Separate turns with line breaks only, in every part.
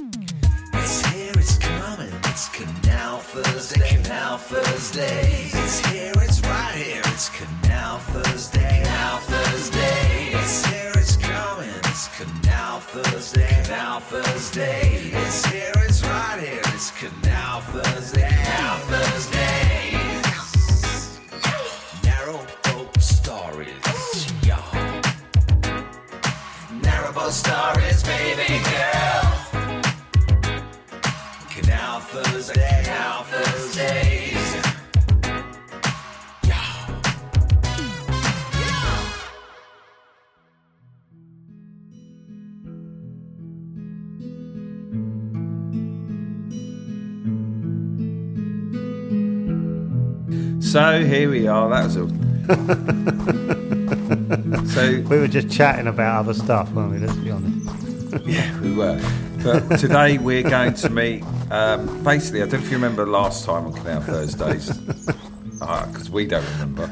It's here, it's coming. It's Canal Thursday, Canal Thursday. It's here, it's right here. It's Canal Thursday, Canal Thursday. It's here, it's coming. It's Canal Thursday, Canal Thursday. It's here, it's right here. It's Canal Thursday, Canal Thursday. Narrow boat stories, y'all. Narrow boat stories, baby girl. Canal Thursday, Canal Thursdays.
So here we are. That was all. so
We were just chatting about other stuff, weren't we? Let's be honest.
yeah, we were. But today we're going to meet. Um, basically, I don't know if you remember last time on Canal Thursdays, because we don't remember.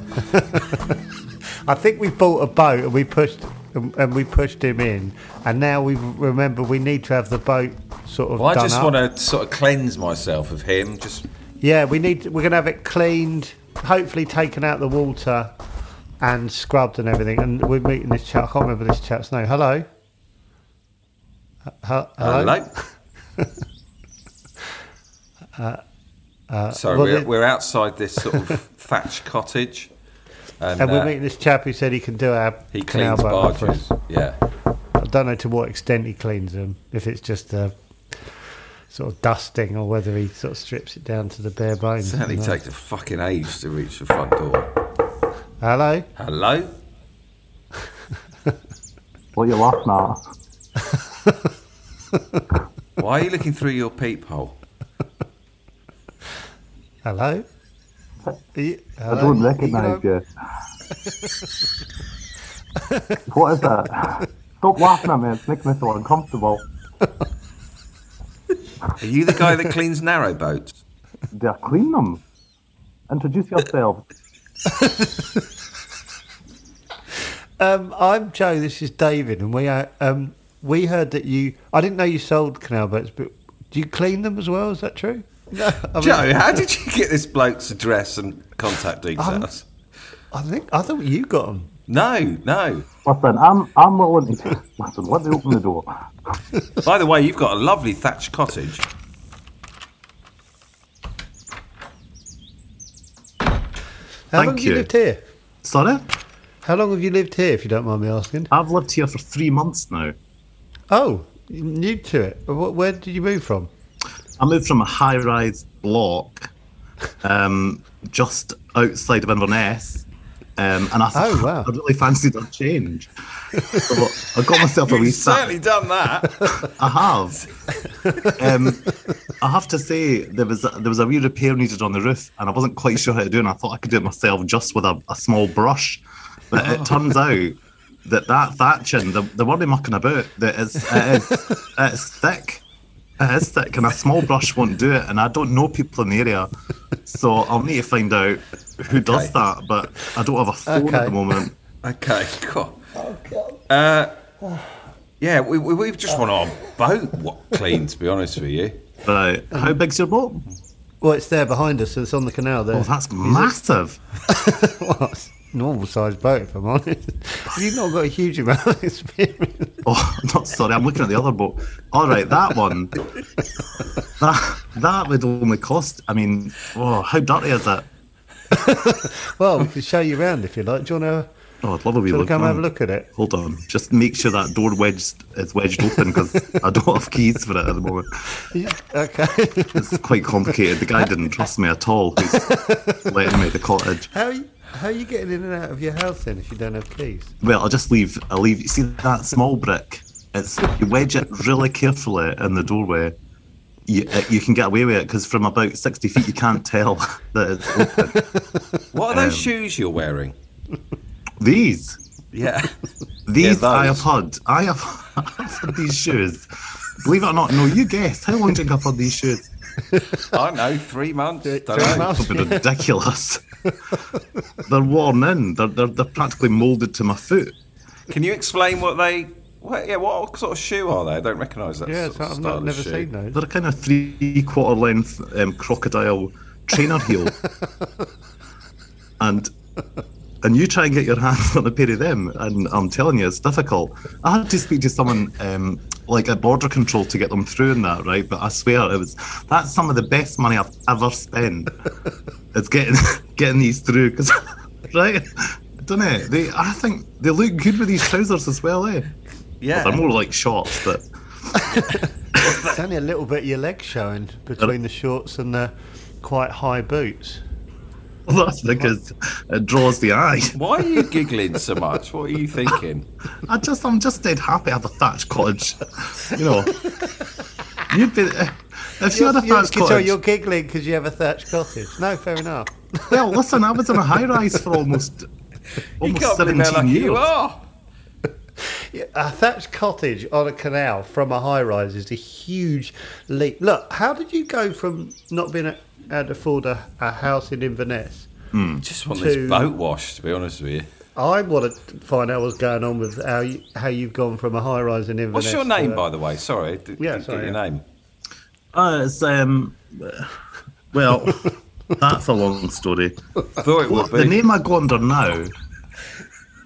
I think we bought a boat and we pushed and and we pushed him in, and now we remember we need to have the boat sort of.
Well, I
done
just
up.
want to sort of cleanse myself of him. Just
Yeah, we need. We're gonna have it cleaned, hopefully taken out the water, and scrubbed and everything. And we're meeting this chap. I can't remember this chap's name. Hello. H- Hello.
hello. Sorry,
Uh, well,
we're,
the-
we're outside this sort of thatch cottage, and,
And
uh,
we're meeting this chap who said he can do our
he
canal
cleans
boat for
barges.
us.
Yeah,
I don't know to what extent he cleans them. If it's just a sort of dusting, or whether he sort of strips it down to the bare bones.
certainly
you know.
takes a fucking age to reach the front door.
Hello.
Hello.
What are you laughing at?
Why are you looking through your peephole?
Hello. Are you, hello?
I don't
You
recognise
know-
you. what is that? Stop laughing at me, it's making me so uncomfortable.
Are you the guy that cleans narrow boats?
Do I clean them? Introduce yourself.
Um, I'm Joe. This is David, and we are. Um, we heard that you. I didn't know you sold canal boats, but do you clean them as well? Is that true? No. I mean, Um,
Joe, how did you get this bloke's address and contact details?
I think I thought you got them.
No, no.
Listen, I'm I'm willing to listen, let me open the door.
By the way, you've got a lovely thatched cottage.
How long
Thank
have you
you.
lived here?
Sorry?
How long have you lived here, if you don't mind me asking?
I've lived here for three months now.
Oh, you're new to it. Wh- Where did you move from?
I moved from a high rise block um, just outside of Inverness. Um, and I thought,
Oh, wow.
I really fancied a change. so I got myself a wee
You've
sat-
certainly done that.
I have. um, I have to say there was a, there was a wee repair needed on the roof, and I wasn't quite sure how to do it. And I thought I could do it myself just with a, a small brush, but it turns out that that thatching the the one mucking about that is it is it's thick. It is thick, and a small brush won't do it. And I don't know people in the area, so I'll need to find out who does
Okay.
that. But I don't have a phone at
Okay.
the moment.
Okay, cool.
Oh,
Uh, yeah, we, we, we just want our boat wa- clean, to be honest with you.
But how big's your boat?
Well, it's there behind us. It's on the canal there.
Oh, that's massive.
well, it's a normal sized boat, if I'm honest. You've not got a huge amount of experience.
Oh, not sorry. I'm looking at the other boat. All right, that one. That that would only cost. I mean, oh, how dirty is that?
Well, we can show you around if you like. Do you want to,
Oh, I'd love a wee
do you want
look.
to come and have a
round.
look at it?
Hold on. Just make sure that door wedged is wedged open because I don't have keys for it at the moment.
Yeah, okay.
It's quite complicated. The guy didn't trust me at all. He's letting me at the cottage.
how, are you, how are you getting in and out of your house then if you don't have keys?
Well, I'll just leave. I'll leave. You see that small brick? It's you wedge it really carefully in the doorway. You, uh, you can get away with it because from about sixty feet you can't tell that it's open.
What are those
Um,
shoes you're wearing?
These,
Yeah.
these
Yeah,
I have
those.
had. I have, I have had these shoes. Believe it or not, no, you guess. How long do you think I've had these shoes?
I know, three months. Don't
three
know.
months.
Something ridiculous. they're worn in. They're, they're they're practically molded to my foot.
Can you explain what they? What, yeah, what sort of shoe are they? I don't recognise that.
Yeah,
sort
so
of
I've
style
not,
of
never
shoe.
seen those.
They're a kind of three quarter length um, crocodile trainer heel. and and you try and get your hands on a pair of them, and I'm telling you, it's difficult. I had to speak to someone um, like at border control to get them through and that, right? But I swear it was that's some of the best money I've ever spent. it's getting getting these through because right. Don't it? They, I think they look good with these trousers as well, eh?
Yeah,
They're more like shorts, but
It's only a little bit of your leg showing between the shorts and the quite high boots.
That's because it draws the eye.
Why are you giggling so much? What are you thinking?
I just, I'm just dead happy I have a thatched cottage. You know, you'd be if you had a
You can
thatched
tell
cottage.
you're giggling because you have a thatched cottage. No, fair enough.
Well, listen, I was in a high rise for almost
You
almost
can't believe how
seventeen
lucky you
years.
are.
A uh, thatched cottage on a canal from a high rise is a huge leap. Look, how did you go from not being a, able to afford a, a house in Inverness?
I just want
To-
this boat washed, to be honest with you.
I want to find out what's going on with how you, how you've gone from a high rise in Inverness.
What's your
to
name,
a-
by the way? Sorry, d-
Yeah,
didn't
sorry,
get your
yeah.
name.
Uh, it's um, well, that's a long story.
I thought it would
Well, the
be.
name I go under now,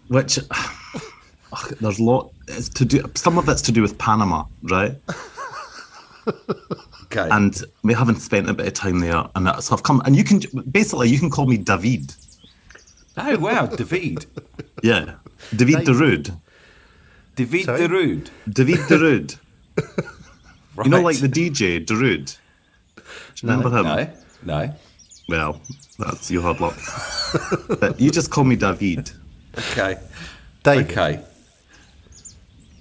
which ugh, there's a lot. It's to do. Some of it's to do with Panama, right?
Okay.
and we haven't spent a bit of time there. And that, so I've come, and you can basically you can call me David.
oh wow, David,
Yeah, David Derud.
David
Sorry?
Derud.
David Derud.
Right.
You know, like the DJ Derud. Do you remember him?
no, no.
Well, that's your hard luck. but you just call me David.
Okay,
David.
okay.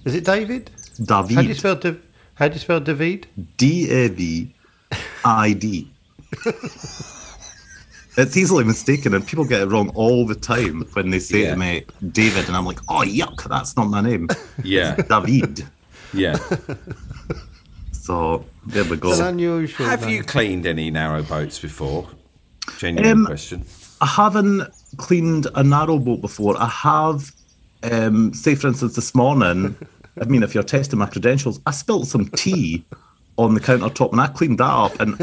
Is it David? How do you
David.
spell Dav- How do you spell David?
D A V I D. It's easily mistaken, and people get it wrong all the time when they say
Yeah.
to me, David, and I'm like, oh, yuck, that's not my name.
Yeah,
David.
yeah.
So there we
It's an
go.
unusual.
Have
name.
you cleaned any narrow boats before? Genuine
Um,
question.
I haven't cleaned a narrow boat before. I have, um, say for instance, this morning. I mean, if you're testing my credentials, I spilt some tea on the countertop and I cleaned that up and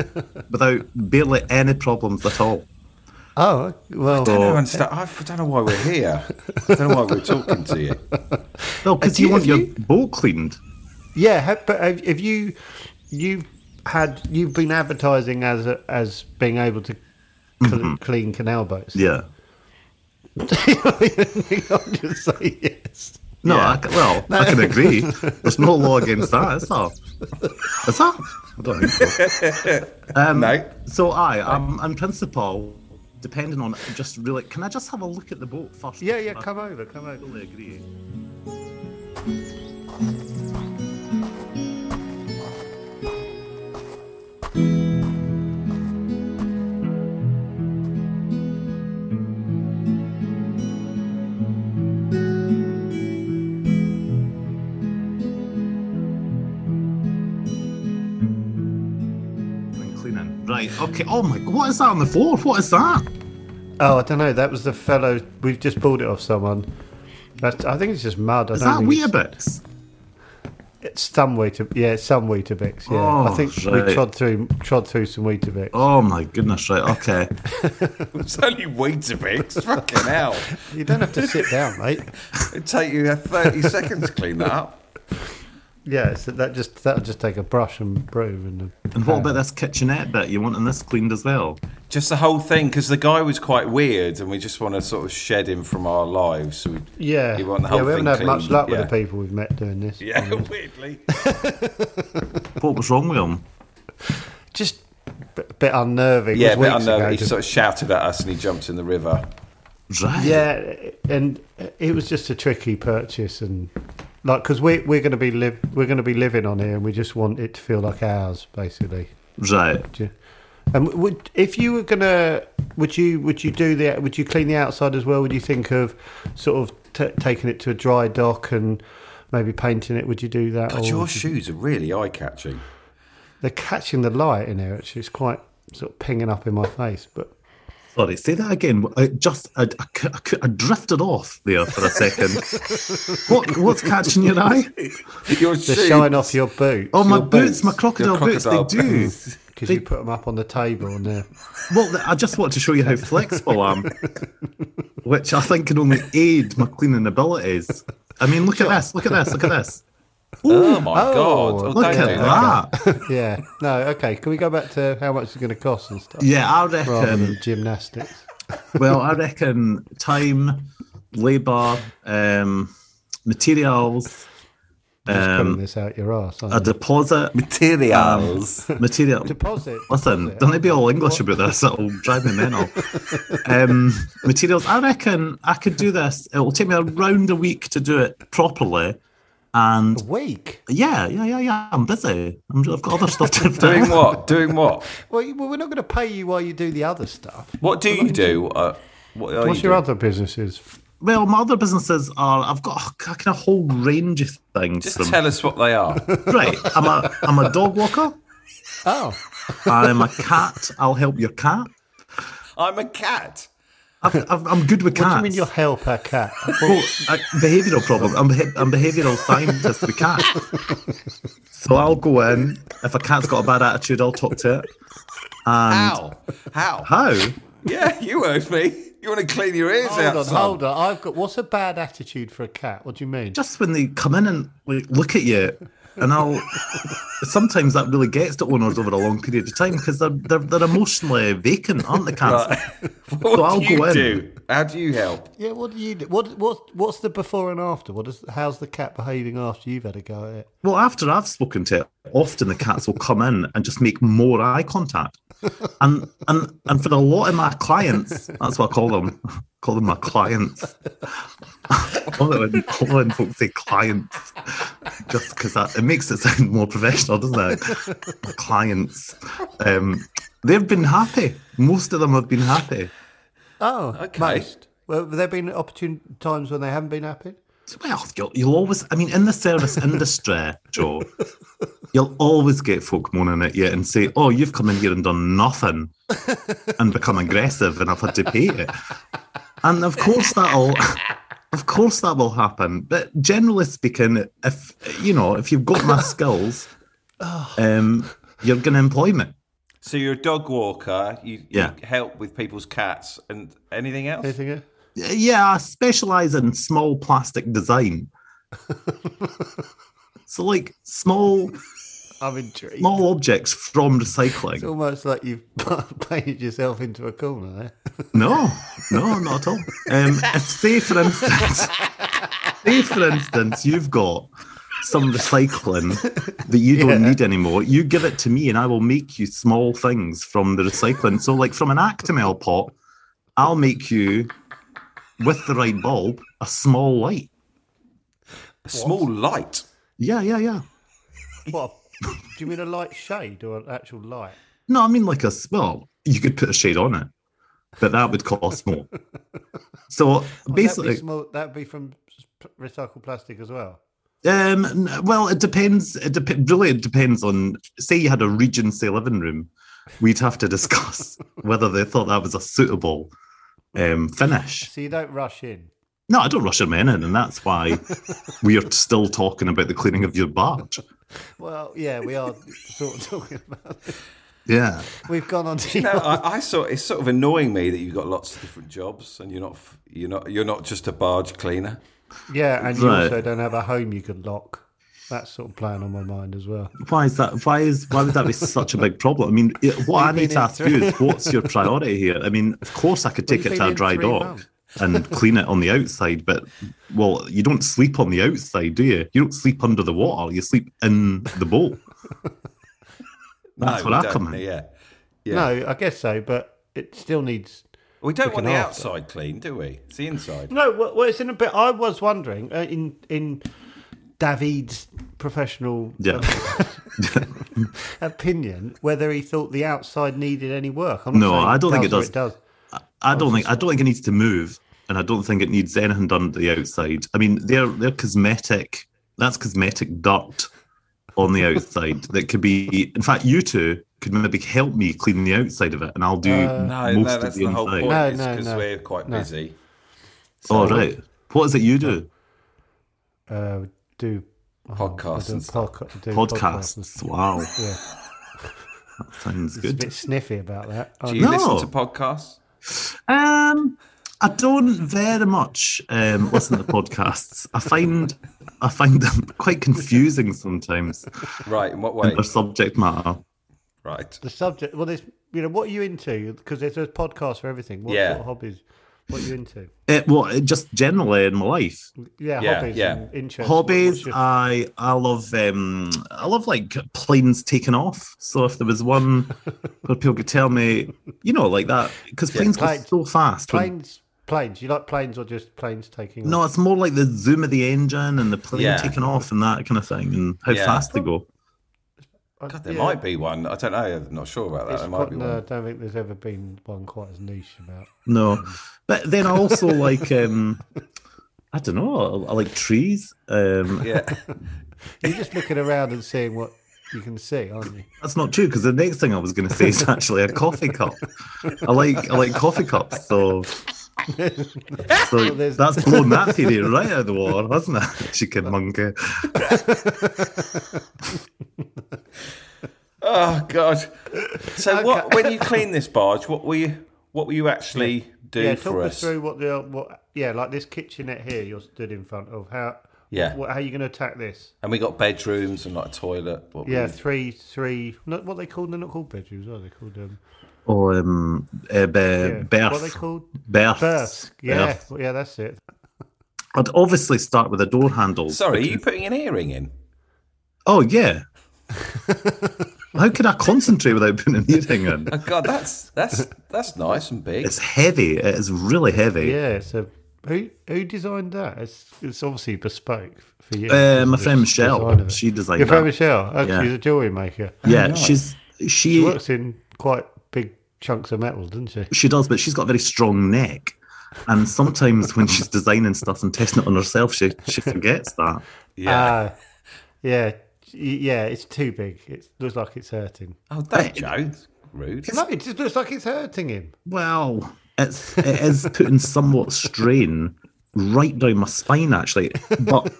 without barely any problems at all.
Oh well,
I don't, understand. I f- don't know why we're here. I don't know why we're talking to you.
Well, because
do
you
you-
want
if
your
you-
boat cleaned.
yeah. ha- But have, have you you've had you've been advertising as a, as being able to cl- clean canal boats?
Yeah.
I'll just say yes.
No, I c well, I can agree. There's no law against that, is there? Is there? I don't think so. Um,
no.
So I, I'm in principle, depending on just really, can I just have a look at the boat first?
Yeah, yeah.
I
Come over, come over.
totally agree. And cleaning. Right, okay. Oh my, what is that on the floor? What is that?
Oh, I don't know. That was the fellow. We've just bought it off someone. That's, I think it's just mud. I
Is
don't
that
think it's-
Weetabix?
It's some Weetabix. Yeah, it's some Weetabix. Yeah, I
Oh,
think we
right.
trod through trod through some Weetabix.
Oh my goodness, right, okay.
It's only Weetabix. Fucking hell.
You don't have to sit down, mate.
uh, It'd take you 30 seconds to clean that up.
Yeah, so that just that'll just take a brush and broom and. a-
And what about this kitchenette bit? You wanting this cleaned as well?
Just the whole thing, because the guy was quite weird, and we just want to sort of shed him from our lives. So we,
Yeah,
you want the
yeah,
whole
we
thing
haven't had much
cleaned,
luck
yeah.
with the people we've met doing this.
Yeah, weirdly.
What was wrong with him?
just a bit unnerving.
Yeah,
It
a
was
bit
weeks ago,
unnerving. He
just-
sort of shouted at us, and he jumped in the river.
Right.
Yeah, and it was just a tricky purchase, and like because we we're going to be live we're going to be living on here, and we just want it to feel like ours, basically.
Right.
Do you- And would if you were going to would you would you do the would you clean the outside as well? Would you think of sort of t- taking it to a dry dock and maybe painting it? Would you do that?
God,
or
your
would you-
shoes are really eye catching.
they're catching the light in here. Actually, it's quite sort of pinging up in my face, but.
Sorry, say that again. I just I, I cou- I cou- I drifted off there for a second. what what's catching your eye?
Your
They
shoes.
shine off your boot.
Oh, my
Your
boots,
boots.
my
Your
crocodile,
crocodile
boots. They do.
boots.
because you put them up on the table and they're
Well, th- I just want to show you how flexible I am, which I think can only aid my cleaning abilities. I mean, look at this. Look at this. Look at this.
Oh my god! Oh,
Look
don't
at
do
that.
yeah. No, okay. Can we go back to how much it's going to cost and stuff
Yeah, um, I
rather
reckon.
than gymnastics?
well, I reckon time, labour, um, materials,
Just putting
um,
this out your ass.
a deposit,
Materials.
material.
deposit.
Listen, don't be all English about this. It'll drive me mental. um, materials. I reckon I could do this. It will take me around a week to do it properly. And
A week.
yeah, yeah, yeah, yeah. I'm busy. I'm, I've got other stuff to do.
Doing what? Doing what?
Well, you- well, we're not going to pay you while you do the other stuff.
What do you do? Uh, what are
What's
you
your
doing?
other businesses?
Well, my other businesses are. I've got a kind of whole range of things.
Just
from-
tell us what they are.
Right. I'm a I'm a dog walker.
Oh,
I'm a cat. I'll help your cat.
I'm a cat.
I've, I've, I'm good with
what
cats.
do you mean you'll help a cat?
Well, uh, behavioural problem. I'm, beha- I'm behavioural scientist with cat. So I'll go in. If a cat's got a bad attitude, I'll talk to it.
How? How?
How?
Yeah, you heard me. You want to clean your ears
hold
out?
on,
son?
hold on. I've got. What's a bad attitude for a cat? What do you mean?
Just when they come in and like, look at you, and I'll. Sometimes that really gets to owners over a long period of time because they're, they're they're emotionally vacant, aren't they, cats?
What
So I'll
do you
go in.
do? How do you help?
yeah. What do you do? What? What? What's the before and after? What is? How's the cat behaving after you've had a go at it?
Well, after I've spoken to it, often the cats will come in and just make more eye contact. And and and for a lot of my clients, that's what I call them. call them my clients. all, of them, all of them folks say clients, just because it makes it sound more professional, doesn't it? My clients. Um, they've been happy. Most of them have been happy.
Oh,
Okay.
most. Well, have there been opportune times when they haven't been happy?
Well, you'll, you'll always, I mean, in the service industry, Joe, you'll always get folk moaning at you and say, oh, you've come in here and done nothing and become aggressive and I've had to pay you. And of course that'll, of course that will happen. But generally speaking, if, you know, if you've got my skills, um, you're going to employ me.
So you're a dog walker. You,
Yeah.
you help with people's cats and anything else.
Anything? else?
yeah, I specialize in small plastic design. so like small
I'm intrigued.
small objects from recycling.
It's almost like you've painted yourself into a corner there.
No, no, not at all. Um, if, say for instance, say for instance, you've got some recycling that you don't need anymore. You give it to me, and I will make you small things from the recycling. So, like from an Actimel pot, I'll make you with the right bulb a small light.
A small light.
Yeah, yeah, yeah.
what? Do you mean a light shade or an actual light?
No, I mean like a s- well, you could put a shade on it, but that would cost more. So
That'd
basically,
be, small, that'd be from s- p- recycled plastic as well.
Um, n- well, it depends. It dep- really it depends on. Say you had a Regency living room, we'd have to discuss whether they thought that was a suitable um, finish.
So you don't rush in.
No, I don't rush them in, and that's why we are still talking about the cleaning of your barge.
Well, yeah, we are sort of talking about. This.
Yeah,
We've gone on to
No, I, I sort. It's sort of annoying me that you've got lots of different jobs and you're not. f- You're not. You're not just a barge cleaner.
yeah, and you
Right.
also don't have a home you can lock. That's sort of playing on my mind as well.
Why is that? Why is why would that be such a big problem? I mean, it, what I
You've been
need to
in
ask
three-
you is what's your priority here? I mean, of course, I could take
you've been
it to a
in
dry
three
dock
months.
and clean it on the outside, but well, you don't sleep on the outside, do you? You don't sleep under the water. You sleep in the boat. That's
No,
what
we
I
don't.
come in.
Yeah. Yeah.
No, I guess so, but it still needs.
We don't want the
Looking after.
outside clean, do we? It's the inside.
No, well, well, it's in a bit. I was wondering uh, in in David's professional
Yeah.
opinion whether he thought the outside needed any work. I'm not
No,
saying
I don't think it
or
does. I- I don't think I don't think it needs to move, and I don't think it needs anything done to the outside. I mean, they're they're cosmetic. That's cosmetic dirt on the outside that could be. In fact, you two could maybe help me clean the outside of it, and I'll do
No,
most
no,
of
that's
the
the whole
inside.
point.
No,
it's
no,
because
no.
we're quite
No.
busy.
oh, right. What is it you do?
Uh, do
Podcasts
do
and stuff.
podca- do and
Podcasts.
stuff.
Wow,
Yeah,
that sounds
it's a
good.
bit sniffy about that.
Do
aren't
you
I?
No.
listen to podcasts?
Um, I don't very much um, listen to podcasts. I find I find them quite confusing sometimes.
Right, in what way?
Their subject matter.
Right.
The subject. Well, there's you know what are you into because there's, there's podcasts for everything. What
Yeah.
sort of hobbies? What are you into?
Uh, well, uh, just generally in my life,
Yeah,
Yeah,
hobbies.
yeah.
And interests.
hobbies.
What-
uh,
what's
I I love um I love like planes taking off. So if there was one where people could tell me, you know, like that, because planes
plane-
go so fast.
your-
when-
planes. Planes. You like planes or just planes taking?
no,
off?
it's more like the zoom of the engine and the plane
Yeah.
taking off and that kind of thing, and how
Yeah.
fast they go.
God, there
Yeah.
might be one. I don't know. I'm not sure about that.
It's
there might
quite-
be
no, I
one.
don't think there's ever been one quite as niche about.
No, but then I also like um I don't know, I, I like trees. Um,
Yeah.
You're just looking around and seeing what you can see, aren't you?
That's not true because the next thing I was going to say is actually a coffee cup. I like I like coffee cups, so so
there's-
that's blown that theory right out of the water, hasn't it? Chicken monkey.
Oh God. So what? When you clean this barge, what were you? What will you actually do
yeah,
for
talk
us?
us through what the what. Yeah, like this kitchenette here you're stood in front of. How?
Yeah.
What, how are you going to attack this?
And we got bedrooms and like a toilet. What were
Yeah,
you-
three, three. Not what they called. They're not called bedrooms. Are they called? Um,
Or um, uh, be-
yeah.
birth.
What are they called?
Berths.
Births. Yeah,
Berth.
well, yeah, that's it.
I'd obviously start with a door handle.
Sorry, are you putting an earring in?
Oh yeah. How can I concentrate without putting an earring in?
Oh God, that's that's that's nice and big.
It's heavy. It is really heavy.
Yeah, it's a who who designed that? It's it's obviously bespoke for you.
Uh, my
The design
friend Michelle,
of it.
she designed
Your friend
that.
Michelle, oh,
Yeah.
she's a jewelry maker.
Yeah, she's
She
she
works in quite big chunks of metal, doesn't she?
she does, but she's got a very strong neck. And sometimes when she's designing stuff and testing it on herself, she, she forgets that.
Yeah.
Ah, yeah, yeah. It's too big. It looks like it's hurting.
oh, don't Joe. Rude.
No, it just looks like it's hurting him.
Well, it's it is putting somewhat strain right down my spine actually. But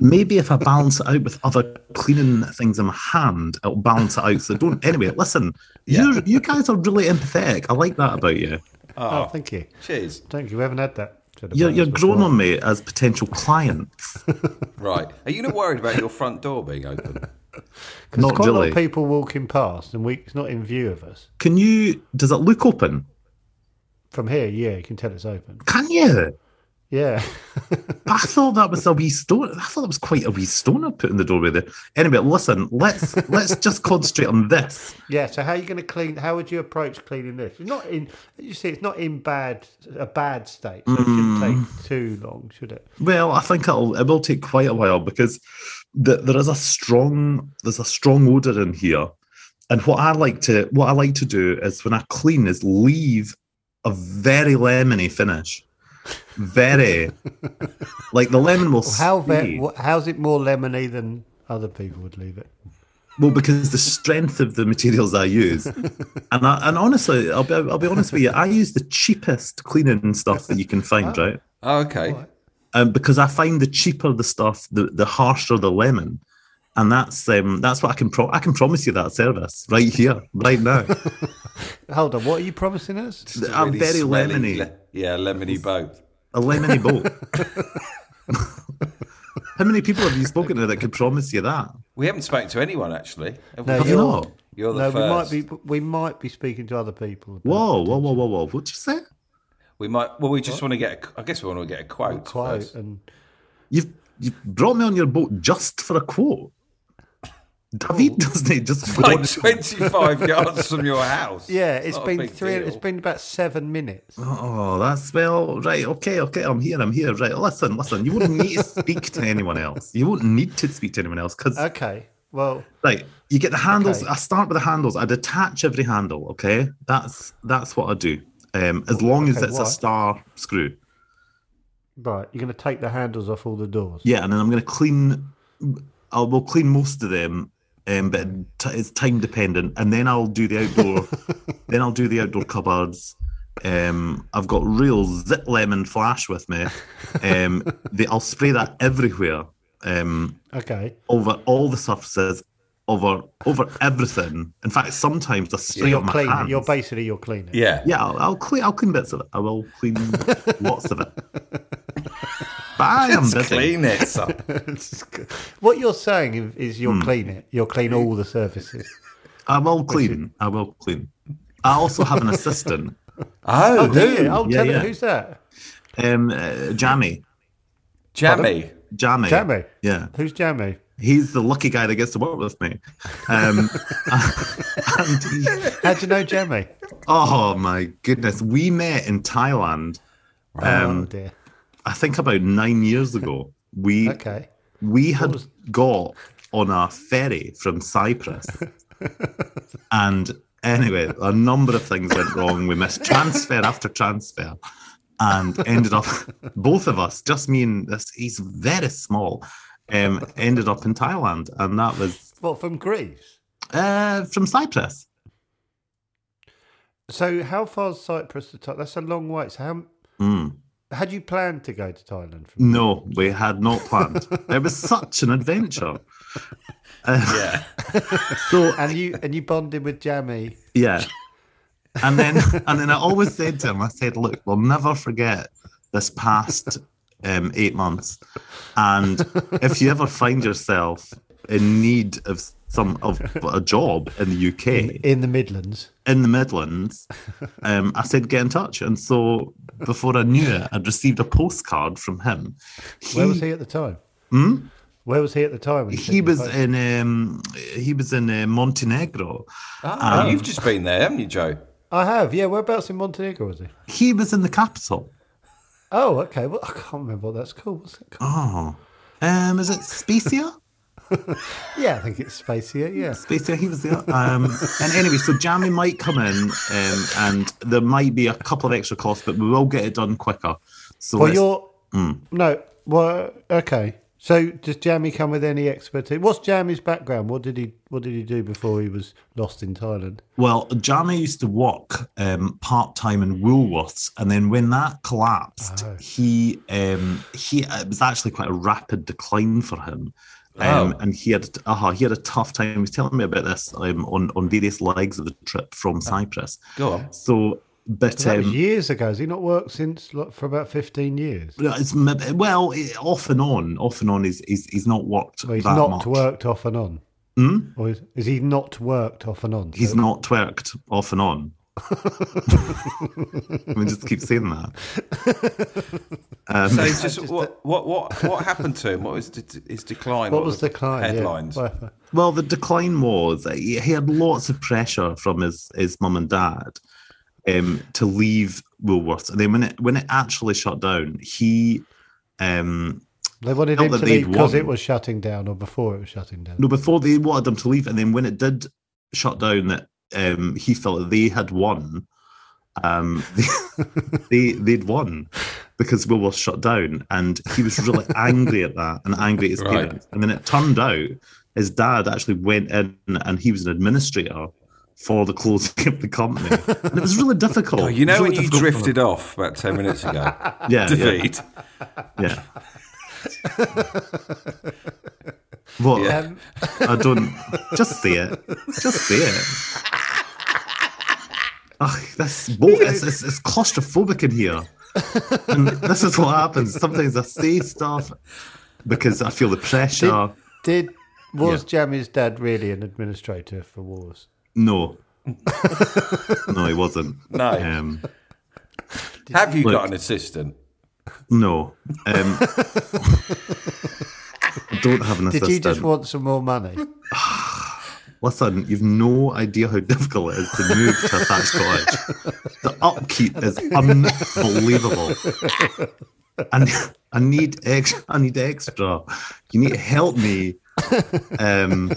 maybe if I balance it out with other cleaning things in my hand, it'll balance it out. So don't anyway, listen, you you guys are really empathetic. I like that about you.
Oh, thank you,
Cheers.
thank you. We haven't had that. said
You're
about
you're
us before.
grown on me as potential clients.
Right. Are you not worried about your front door being open?
'Cause
Not
quite a lot
really.
of people walking past, and we, it's not in view of us
Can you does it look open?
from here. Yeah, you can tell it's open.
Can you?
Yeah,
I thought that was a wee stone. I thought that was quite a wee stone I put in the doorway there. Anyway, listen, let's let's just concentrate on this.
yeah. So how are you going to clean? How would you approach cleaning this? It's not in. You see, it's not in bad a bad state, so
Mm.
it shouldn't take too long, should it?
Well, I think it'll it will take quite a while because th there is a strong there's a strong odor in here, and what I like to what I like to do is when I clean is leave a very lemony finish, very like the lemon will
How
stay.
ve- wh- how's it more lemony than other people would leave it?
Well, because the strength of the materials I use, and I, and honestly, I'll be I'll be honest with you, I use the cheapest cleaning stuff that you can find, right?
Oh, okay.
Um, because I find the cheaper the stuff, the the harsher the lemon, and that's um that's what I can pro- I can promise you that service right here, right now.
Hold on, what are you promising us?
Just
I'm very
smelly
lemony.
le- yeah, lemony boat.
A lemony boat. How many people have you spoken to that could promise you that?
We haven't spoken to anyone actually. Have
No,
we?
Have you
you're-
not?
You're the
No,
first.
we might be we might be speaking to other people. about
Whoa, whoa, whoa, whoa, whoa! What'd you say?
We might. Well, we just want to get. A, I guess we want to get a
the
quote.
Quote
first.
and
You've you brought me on your boat just for a quote.
Oh.
David doesn't just go
Like
on-
twenty-five yards from your house.
yeah, it's
not a
been
big
three. It's
deal.
been about seven minutes.
Oh, that's well, right. Okay, okay. I'm here. I'm here. Right. Listen, listen. You wouldn't need to speak to anyone else. You wouldn't need to speak to anyone else because,
Okay, well,
like, you get the handles.
Okay.
I start with the handles. I detach every handle. Okay, that's that's what I do. Um, as long as
Oh, Okay,
it's
why?
a star screw.
right, you're going to take the handles off all the doors.
Yeah, and then I'm going to clean. I will clean most of them, um, but t- it's time dependent. And then I'll do the outdoor. then I'll do the outdoor cupboards. Um, I've got real zit lemon flash with me. Um, the, I'll spray that everywhere, um,
Okay,
over all the surfaces, over over everything. In fact, sometimes I
so
spray
you're
on my
cleaning.
hands.
You're basically you're cleaning.
Yeah.
Yeah, I'll, I'll clean. I'll clean bits of it. I will clean lots of it. But I am
Let's
busy.
clean it. Oh, son.
what you're saying is
Hmm.
you're clean it. You're clean all the surfaces.
I will clean. I will clean. I also have an assistant,
oh,
Do
dude,
you? Oh,
Yeah,
tell me,
yeah.
who's that?
um, uh, Jammy.
jammy.
Jammy.
Jammy.
Yeah,
Who's Jamie?
he's the lucky guy that gets to work with me. Um, and he-
How do you know Jamie?
oh my goodness, we met in Thailand.
oh
Um,
dear.
I think about nine years ago. We
Okay.
we had
was-
got on a ferry from Cyprus, and anyway, a number of things went wrong. We missed transfer after transfer, and ended up both of us, just me and this, he's very small, um, ended up in Thailand, and that was
Well, from Greece.
uh, from Cyprus.
So how far's Cyprus to Thailand? That's a long way. So how
Mm.
had you planned to go to Thailand? From-
No, we had not planned. it was such an adventure. Uh,
Yeah.
So
and you and you bonded with Jamie.
Yeah. And then and then I always said to him, I said, look, we'll never forget this past um, eight months. And if you ever find yourself in need of some of a job in the UK
in the Midlands.
in the Midlands, um, I said get in touch. And so before I knew it, I'd received a postcard from him.
Where was he at the time? Where was he at the time? when you
Hmm? He
sent your
was
post?
in um, he was in uh, Montenegro.
Ah,
Um,
you've just been there, haven't you, Joe?
I have. Yeah. Whereabouts in Montenegro was he?
He was in the capital.
Oh, okay. Well, I can't remember what that's called. What's it called?
Oh, um, is it Specia? Oh.
Yeah, I think it's Spacia. Yeah.
Spacer, he was there. Um, and anyway, so Jamie might come in, um, and there might be a couple of extra costs, but we will get it done quicker. So
Well,
let's-
you're
Hmm.
no. Well, okay. So does Jamie come with any expertise? What's Jamie's background? What did he What did he do before he was lost in Thailand?
well, Jamie used to work um, part time in Woolworths, and then when that collapsed,
Ah.
he um, he it was actually quite a rapid decline for him. Um,
Oh.
And he had uh, he had a tough time. He was telling me about this um, on on various legs of the trip from Cyprus.
Go on.
So, but
That was
um,
years ago. Has he not worked since like, for about fifteen years?
Yeah, It's m- well, it- off and on, off and on. He's he's, he's not worked
Well, he's
that
not
much.
worked off and on.
Hmm?
Or is, is he not worked off and on?
He's
So-
not twerked off and on. we just keep saying that. um,
So it's just, what, what what what happened to him? What was de- his decline?
What was the client? yeah.
Headlines.
Well,
Well, the decline was that he, he had lots of pressure from his his mum and dad um, to leave Woolworths, and then when it when it actually shut down, he. Um,
They wanted
Not
him
that
to
they'd
leave because
won.
it was shutting down or before it was shutting down.
No, before they wanted them to leave, and then when it did shut down, that um, he felt that they had won. Um, they they'd won because Will was shut down, and he was really angry at that and angry at his
Right.
parents. And then it turned out his dad actually went in, and he was an administrator for the closing of the company. And it was really difficult.
Oh, you know
It was
when
really
you
difficult for
drifted
him.
off about ten minutes ago,
yeah, yeah,
David.
yeah. What?
Um,
I don't. Just say it. Just say it. Ugh, that's bo- it's, it's, it's claustrophobic in here. And this is what happens. Sometimes I say stuff because I feel the pressure.
Did was Jamie's dad really an administrator for wars?
No. no, he wasn't.
No.
Um,
Have you
Look.
got an assistant?
no. Um, I don't have an
Did
assistant.
you just want some more money?
Listen, you've no idea how difficult it is to move to a thatched cottage. The upkeep is unbelievable. And I need extra. I need extra. You need to help me. Um,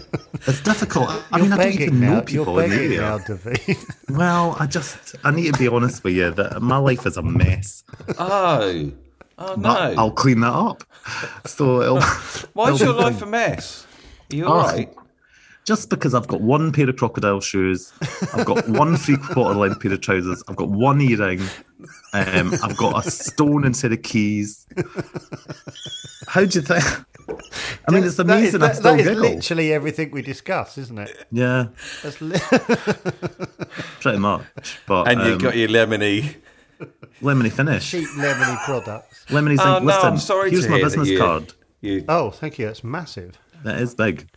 it's difficult. I mean, I don't even know people
You're
in the
begging
area.
now, David.
Well, I just I need to be honest with you that my life is a mess.
Oh. Oh,
But
no.
I'll clean that up. So it'll,
Why is your
it'll be fine.
life a mess? Are you
Oh.
alright?
just because I've got one pair of crocodile shoes, I've got one three-quarter length pair of trousers, I've got one earring, um, I've got a stone instead of keys. How do you think? I mean, it's
That is,
amazing. I
that,
still
that is
giggle.
literally everything we discuss, isn't it?
Yeah,
That's li-
pretty much. But
And
um,
you've got your lemony.
lemony finish.
cheap lemony products.
Lemony's
Oh,
like,
no,
listen,
I'm sorry
here's
to
my
hear that
business
you-
card.
You,
Oh, thank you. That's massive.
That is big.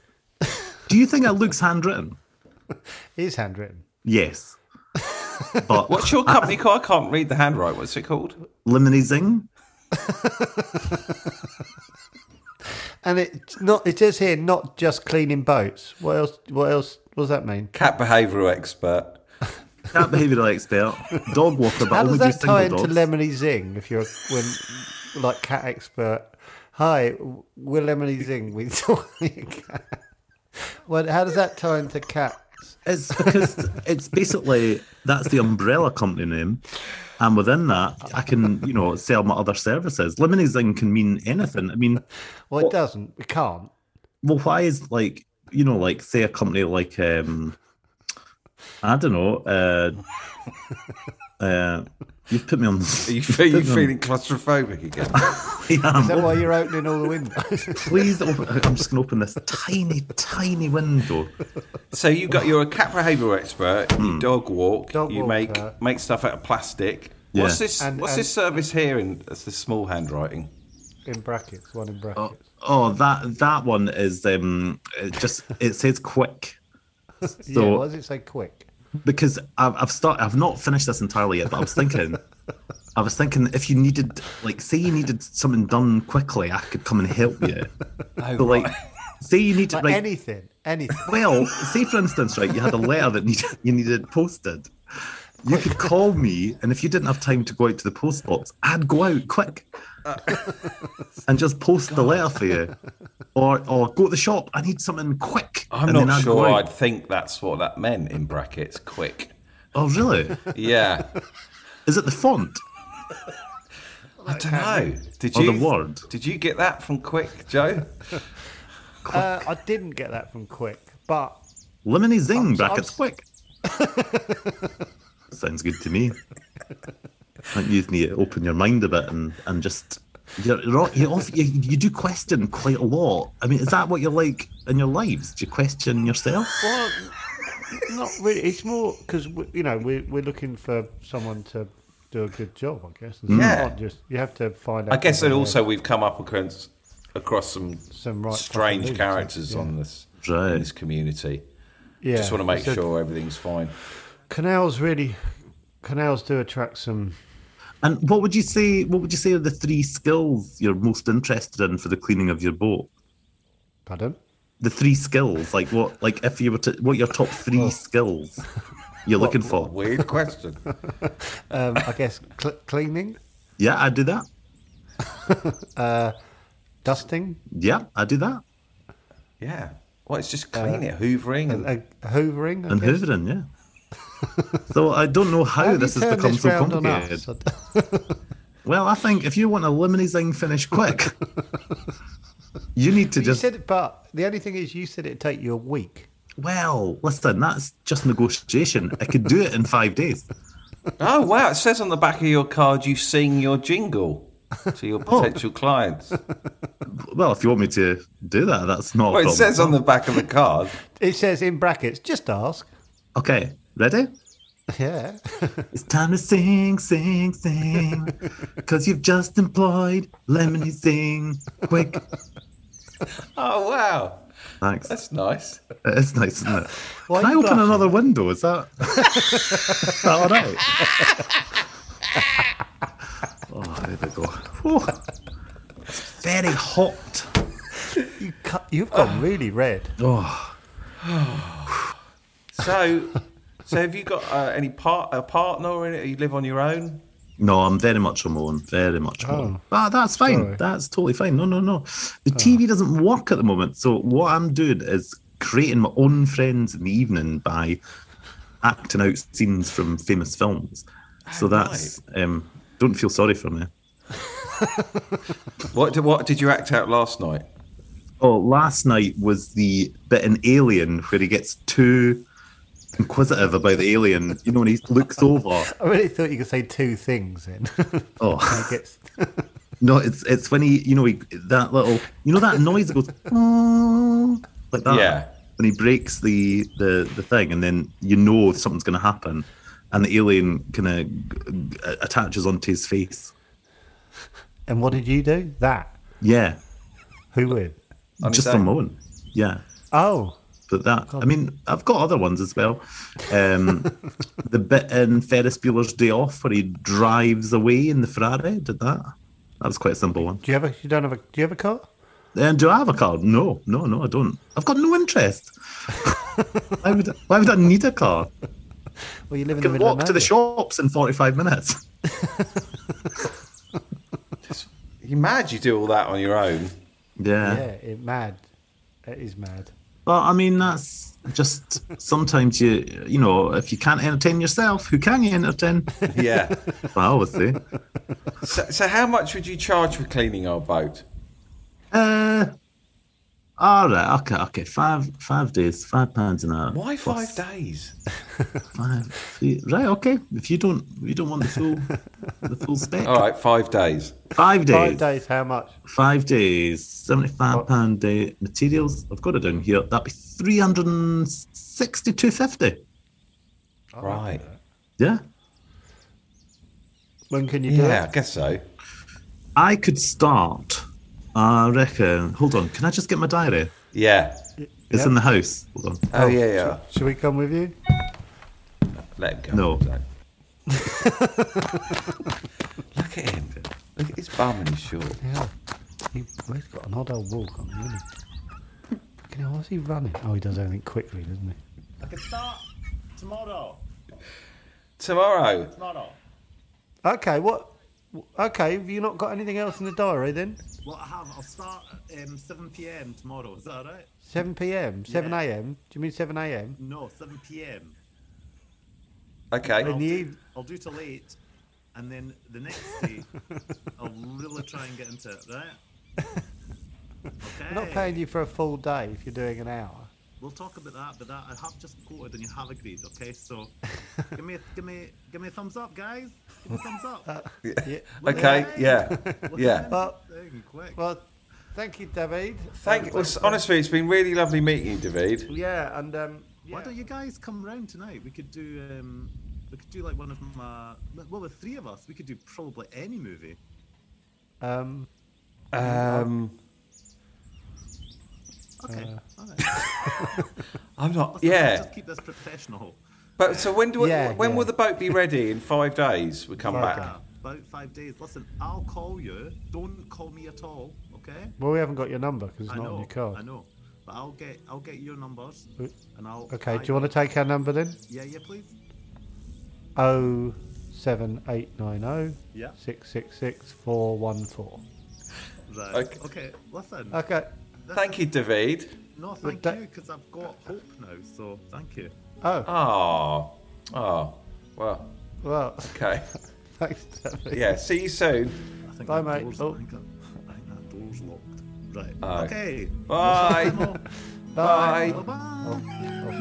Do you think it looks handwritten?
It is handwritten.
Yes. But
what's your company called? I can't read the handwriting. What's it called?
lemony zing?
And it's not. It is here not just cleaning boats. What else? What else? What does that mean?
Cat behavioural expert.
Cat behavioural expert, dog walker, but
How
only
does that
do
tie
single
into
dogs.
Lemony Zing? If you're a, when like cat expert, hi, we're Lemony Zing. We cat. Well, how does that tie into cats?
It's because it's basically that's the umbrella company name, and within that, I can you know sell my other services. Lemony Zing can mean anything. I mean,
Well, it doesn't. It can't.
well, why is like you know like say a company like um, I don't know, uh, uh, you've put me on.
Are
the-
you, fe- you feeling claustrophobic again?
Yeah,
Is that why you're opening all the windows?
please, open, I'm just gonna open this tiny, tiny window.
so you got you're a cat behavioural expert. You
Hmm.
dog walk.
Dog
you
walker.
make make stuff out of plastic.
Yeah.
What's this?
And-
what's
and-
this service here in it's the small handwriting?
in brackets. One in brackets.
Oh, that that one is um, it just it says quick.
yeah. Why does it say quick?
because I've, I've started. I've not finished this entirely yet, but I was thinking, I was thinking if you needed, like, say you needed something done quickly, I could come and help you.
Oh,
But like, say you need to,
Like
right,
anything. Anything.
well, say for instance, right, you had a letter that needed you needed posted. You could call me, and if you didn't have time to go out to the post box, I'd go out quick and just post the letter for you, or or go to the shop. I need something quick.
I'm
and then
not
I'd go
sure.
out.
I'd think that's what that meant in brackets. Quick.
Oh, really?
Yeah.
Is it the font?
I don't know. Did
Or
you
the word.
Did you get that from Quick, Joe?
Uh, I didn't get that from quick, but
Lemony Zing
I'm-
brackets
I'm-
quick. Sounds good to me. Like you need to open your mind a bit and, and just you're, you're, all- you're off, you you do question quite a lot. I mean, is that what you're like in your lives? Do you question yourself?
Well, not really. It's more because you know we're we're looking for someone to do a good job. I guess. It's
Yeah.
not just you have to find out.
I guess
whether
and also we've come up across, across some,
Some right fucking
strange
losers,
characters on this
Right.
in this community.
they're- yeah,
Just want to make
so
sure everything's fine.
canals really canals do attract some.
And what would you say? What would you say are the three skills you're most interested in for the cleaning of your boat?
Pardon.
The three skills, like what, like if you were to, what your top three skills you're looking for?
Weird question.
Um, I guess cl- cleaning,
Yeah, I do that.
dusting,
Yeah, I do that.
yeah. Well, it's just cleaning, it, hoovering, and
uh, hoovering. I
and
guess.
hoovering, yeah. so I don't know how
How have
this
you
has
turned
become
this
so
round on
complicated.
us? I d-
Well, I think if you want a lemony zing finish quick, you need to
You
just
said it, but the only thing is, you said it'd take you a week.
well listen. That's just negotiation. I could do it in five days.
Oh wow! It says on the back of your card you sing your jingle to your
Oh.
potential clients.
Well, if you want me to do that, that's not. a
Well, it
problem.
says on the back of the card.
It says in brackets, just ask.
Okay, ready?
Yeah.
It's time to sing, sing, sing. Because you've just employed Lemony Sing. Quick.
Oh wow,
Thanks.
that's nice.
It's nice, isn't it?
Why
Can
are
I
you
open
blushing?
another window? Is that, is that all right? oh, there we go. Whew. It's very hot.
You cut, you've gone really red.
Oh,
So, so have you got uh, any part a partner or any, you live on your own?
no, I'm very much on my own. Very much on my own.
Oh.
Ah, that's fine.
Sorry. Oh.
That's totally fine. No, no, no. The TV doesn't work at the moment. So what I'm doing is creating my own friends in the evening by acting out scenes from famous films.
Ah,
So that's um, don't feel sorry for me.
What did, what did you act out last night?
Oh, last night was the bit in Alien where he gets too inquisitive about the alien. You know, and he looks over.
I really thought you could say two things then.
Oh
Gets-
no, it's it's when he, you know, he, that little, you know, that noise that goes "Oh," like that.
Yeah.
When he breaks the the the thing, and then you know something's going to happen, and the alien kind of attaches onto his face.
and what did you do? That.
Yeah,
Who would?
just a
that-
moment. Yeah.
Oh,
But that, I mean, I've got other ones as well. Um, the bit in Ferris Bueller's Day Off where he drives away in the Ferrari. Did that? That was quite a simple one.
do you have a? You don't have a? Do you have a car?
And do I have a car? No, no, no, I don't. I've got no interest. why would why would I need a car?
Well, you live in
I
the
can
middle
walk
of
to the
nowhere.
shops in forty five minutes.
You mad? You do all that on your own?
Yeah.
Yeah, it mad. It is mad.
Well, I mean, that's just sometimes you you know if you can't entertain yourself, who can you entertain?
Yeah.
I always say.
so, so how much would you charge for cleaning our boat?
Uh, all right, okay, okay. Five, five days, five pounds an hour.
Why
plus
five days?
Five, three, right, okay. If you don't, you don't want the full, the full spec.
All right, five days.
Five days.
Five days. How much?
Five days. Seventy-five pound day materials. I've got it down here. That'd be three hundred and sixty-two fifty.
right.
Yeah.
When can you do
Yeah,
it?
I guess so.
I could start. I reckon. Hold on. Can I just get my diary?
Yeah.
It's
Yep.
in the house. Hold on.
Oh, yeah, yeah.
Should we come with you?
Let him go.
No.
Look at him. Look at his bum and his short.
Yeah. He, well, he's got an odd old walk on, hasn't he? Fucking hell, why's he running? Oh, he does everything quickly, doesn't he?
I could start tomorrow.
Tomorrow.
Tomorrow.
Okay, what? Okay, have you not got anything else in the diary then?
Well, I have. I'll start um, 7 p.m. tomorrow. Is that all right?
7 p.m., 7 a.m. Do you mean 7 a.m.?
No, 7 p.m.
Okay.
In the eve-
I'll do till 8, and then the next day, I'll really try and get into it, right? Okay.
I'm not paying you for a full day if you're doing an hour.
We'll talk about that, but that I have just quoted and you have agreed, okay? So give me give me give me a thumbs up, guys. Give me a thumbs
Uh,
up.
Yeah.
Okay. Yeah. Yeah.
Well,
Thing, quick.
well, thank you, David. Um,
Thank you. Oh, Well, s- honestly, it's been really lovely meeting you, David.
Yeah, and um,
Why don't you guys come round tonight? We could do um, we could do like one of my well, the three of us. We could do probably any movie.
um,
Um,
Uh,
Okay, all right.
I'm not.
Let's- let's
Yeah.
just keep this professional.
But so when do we,
Yeah,
when
yeah.
will the boat be ready? In five days, we come back.
Five
Yeah, Uh, about five days. Listen, I'll call you. Don't call me at all, okay?
well, we haven't got your number because it's
I
not
know.
on your card.
I know. But I'll get I'll get your numbers,
Mm.
and I'll.
Okay, do you want to take our number then?
Yeah, yeah, please.
Oh seven eight nine oh
Yeah.
six six six four one four.
Right.
Okay.
Okay. listen.
Okay.
Thank you, David.
No, thank
Uh, that-
you, because I've got hope now. So thank you.
Oh,
Oh, oh, well,
well,
okay.
thanks, David.
Yeah, see you soon.
I think
Bye,
that
mate.
Door's,
Oh.
I, think that, I think that door's locked. Right.
Aye.
Okay.
Bye.
Bye.
Bye.
Bye.
Off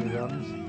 he runs.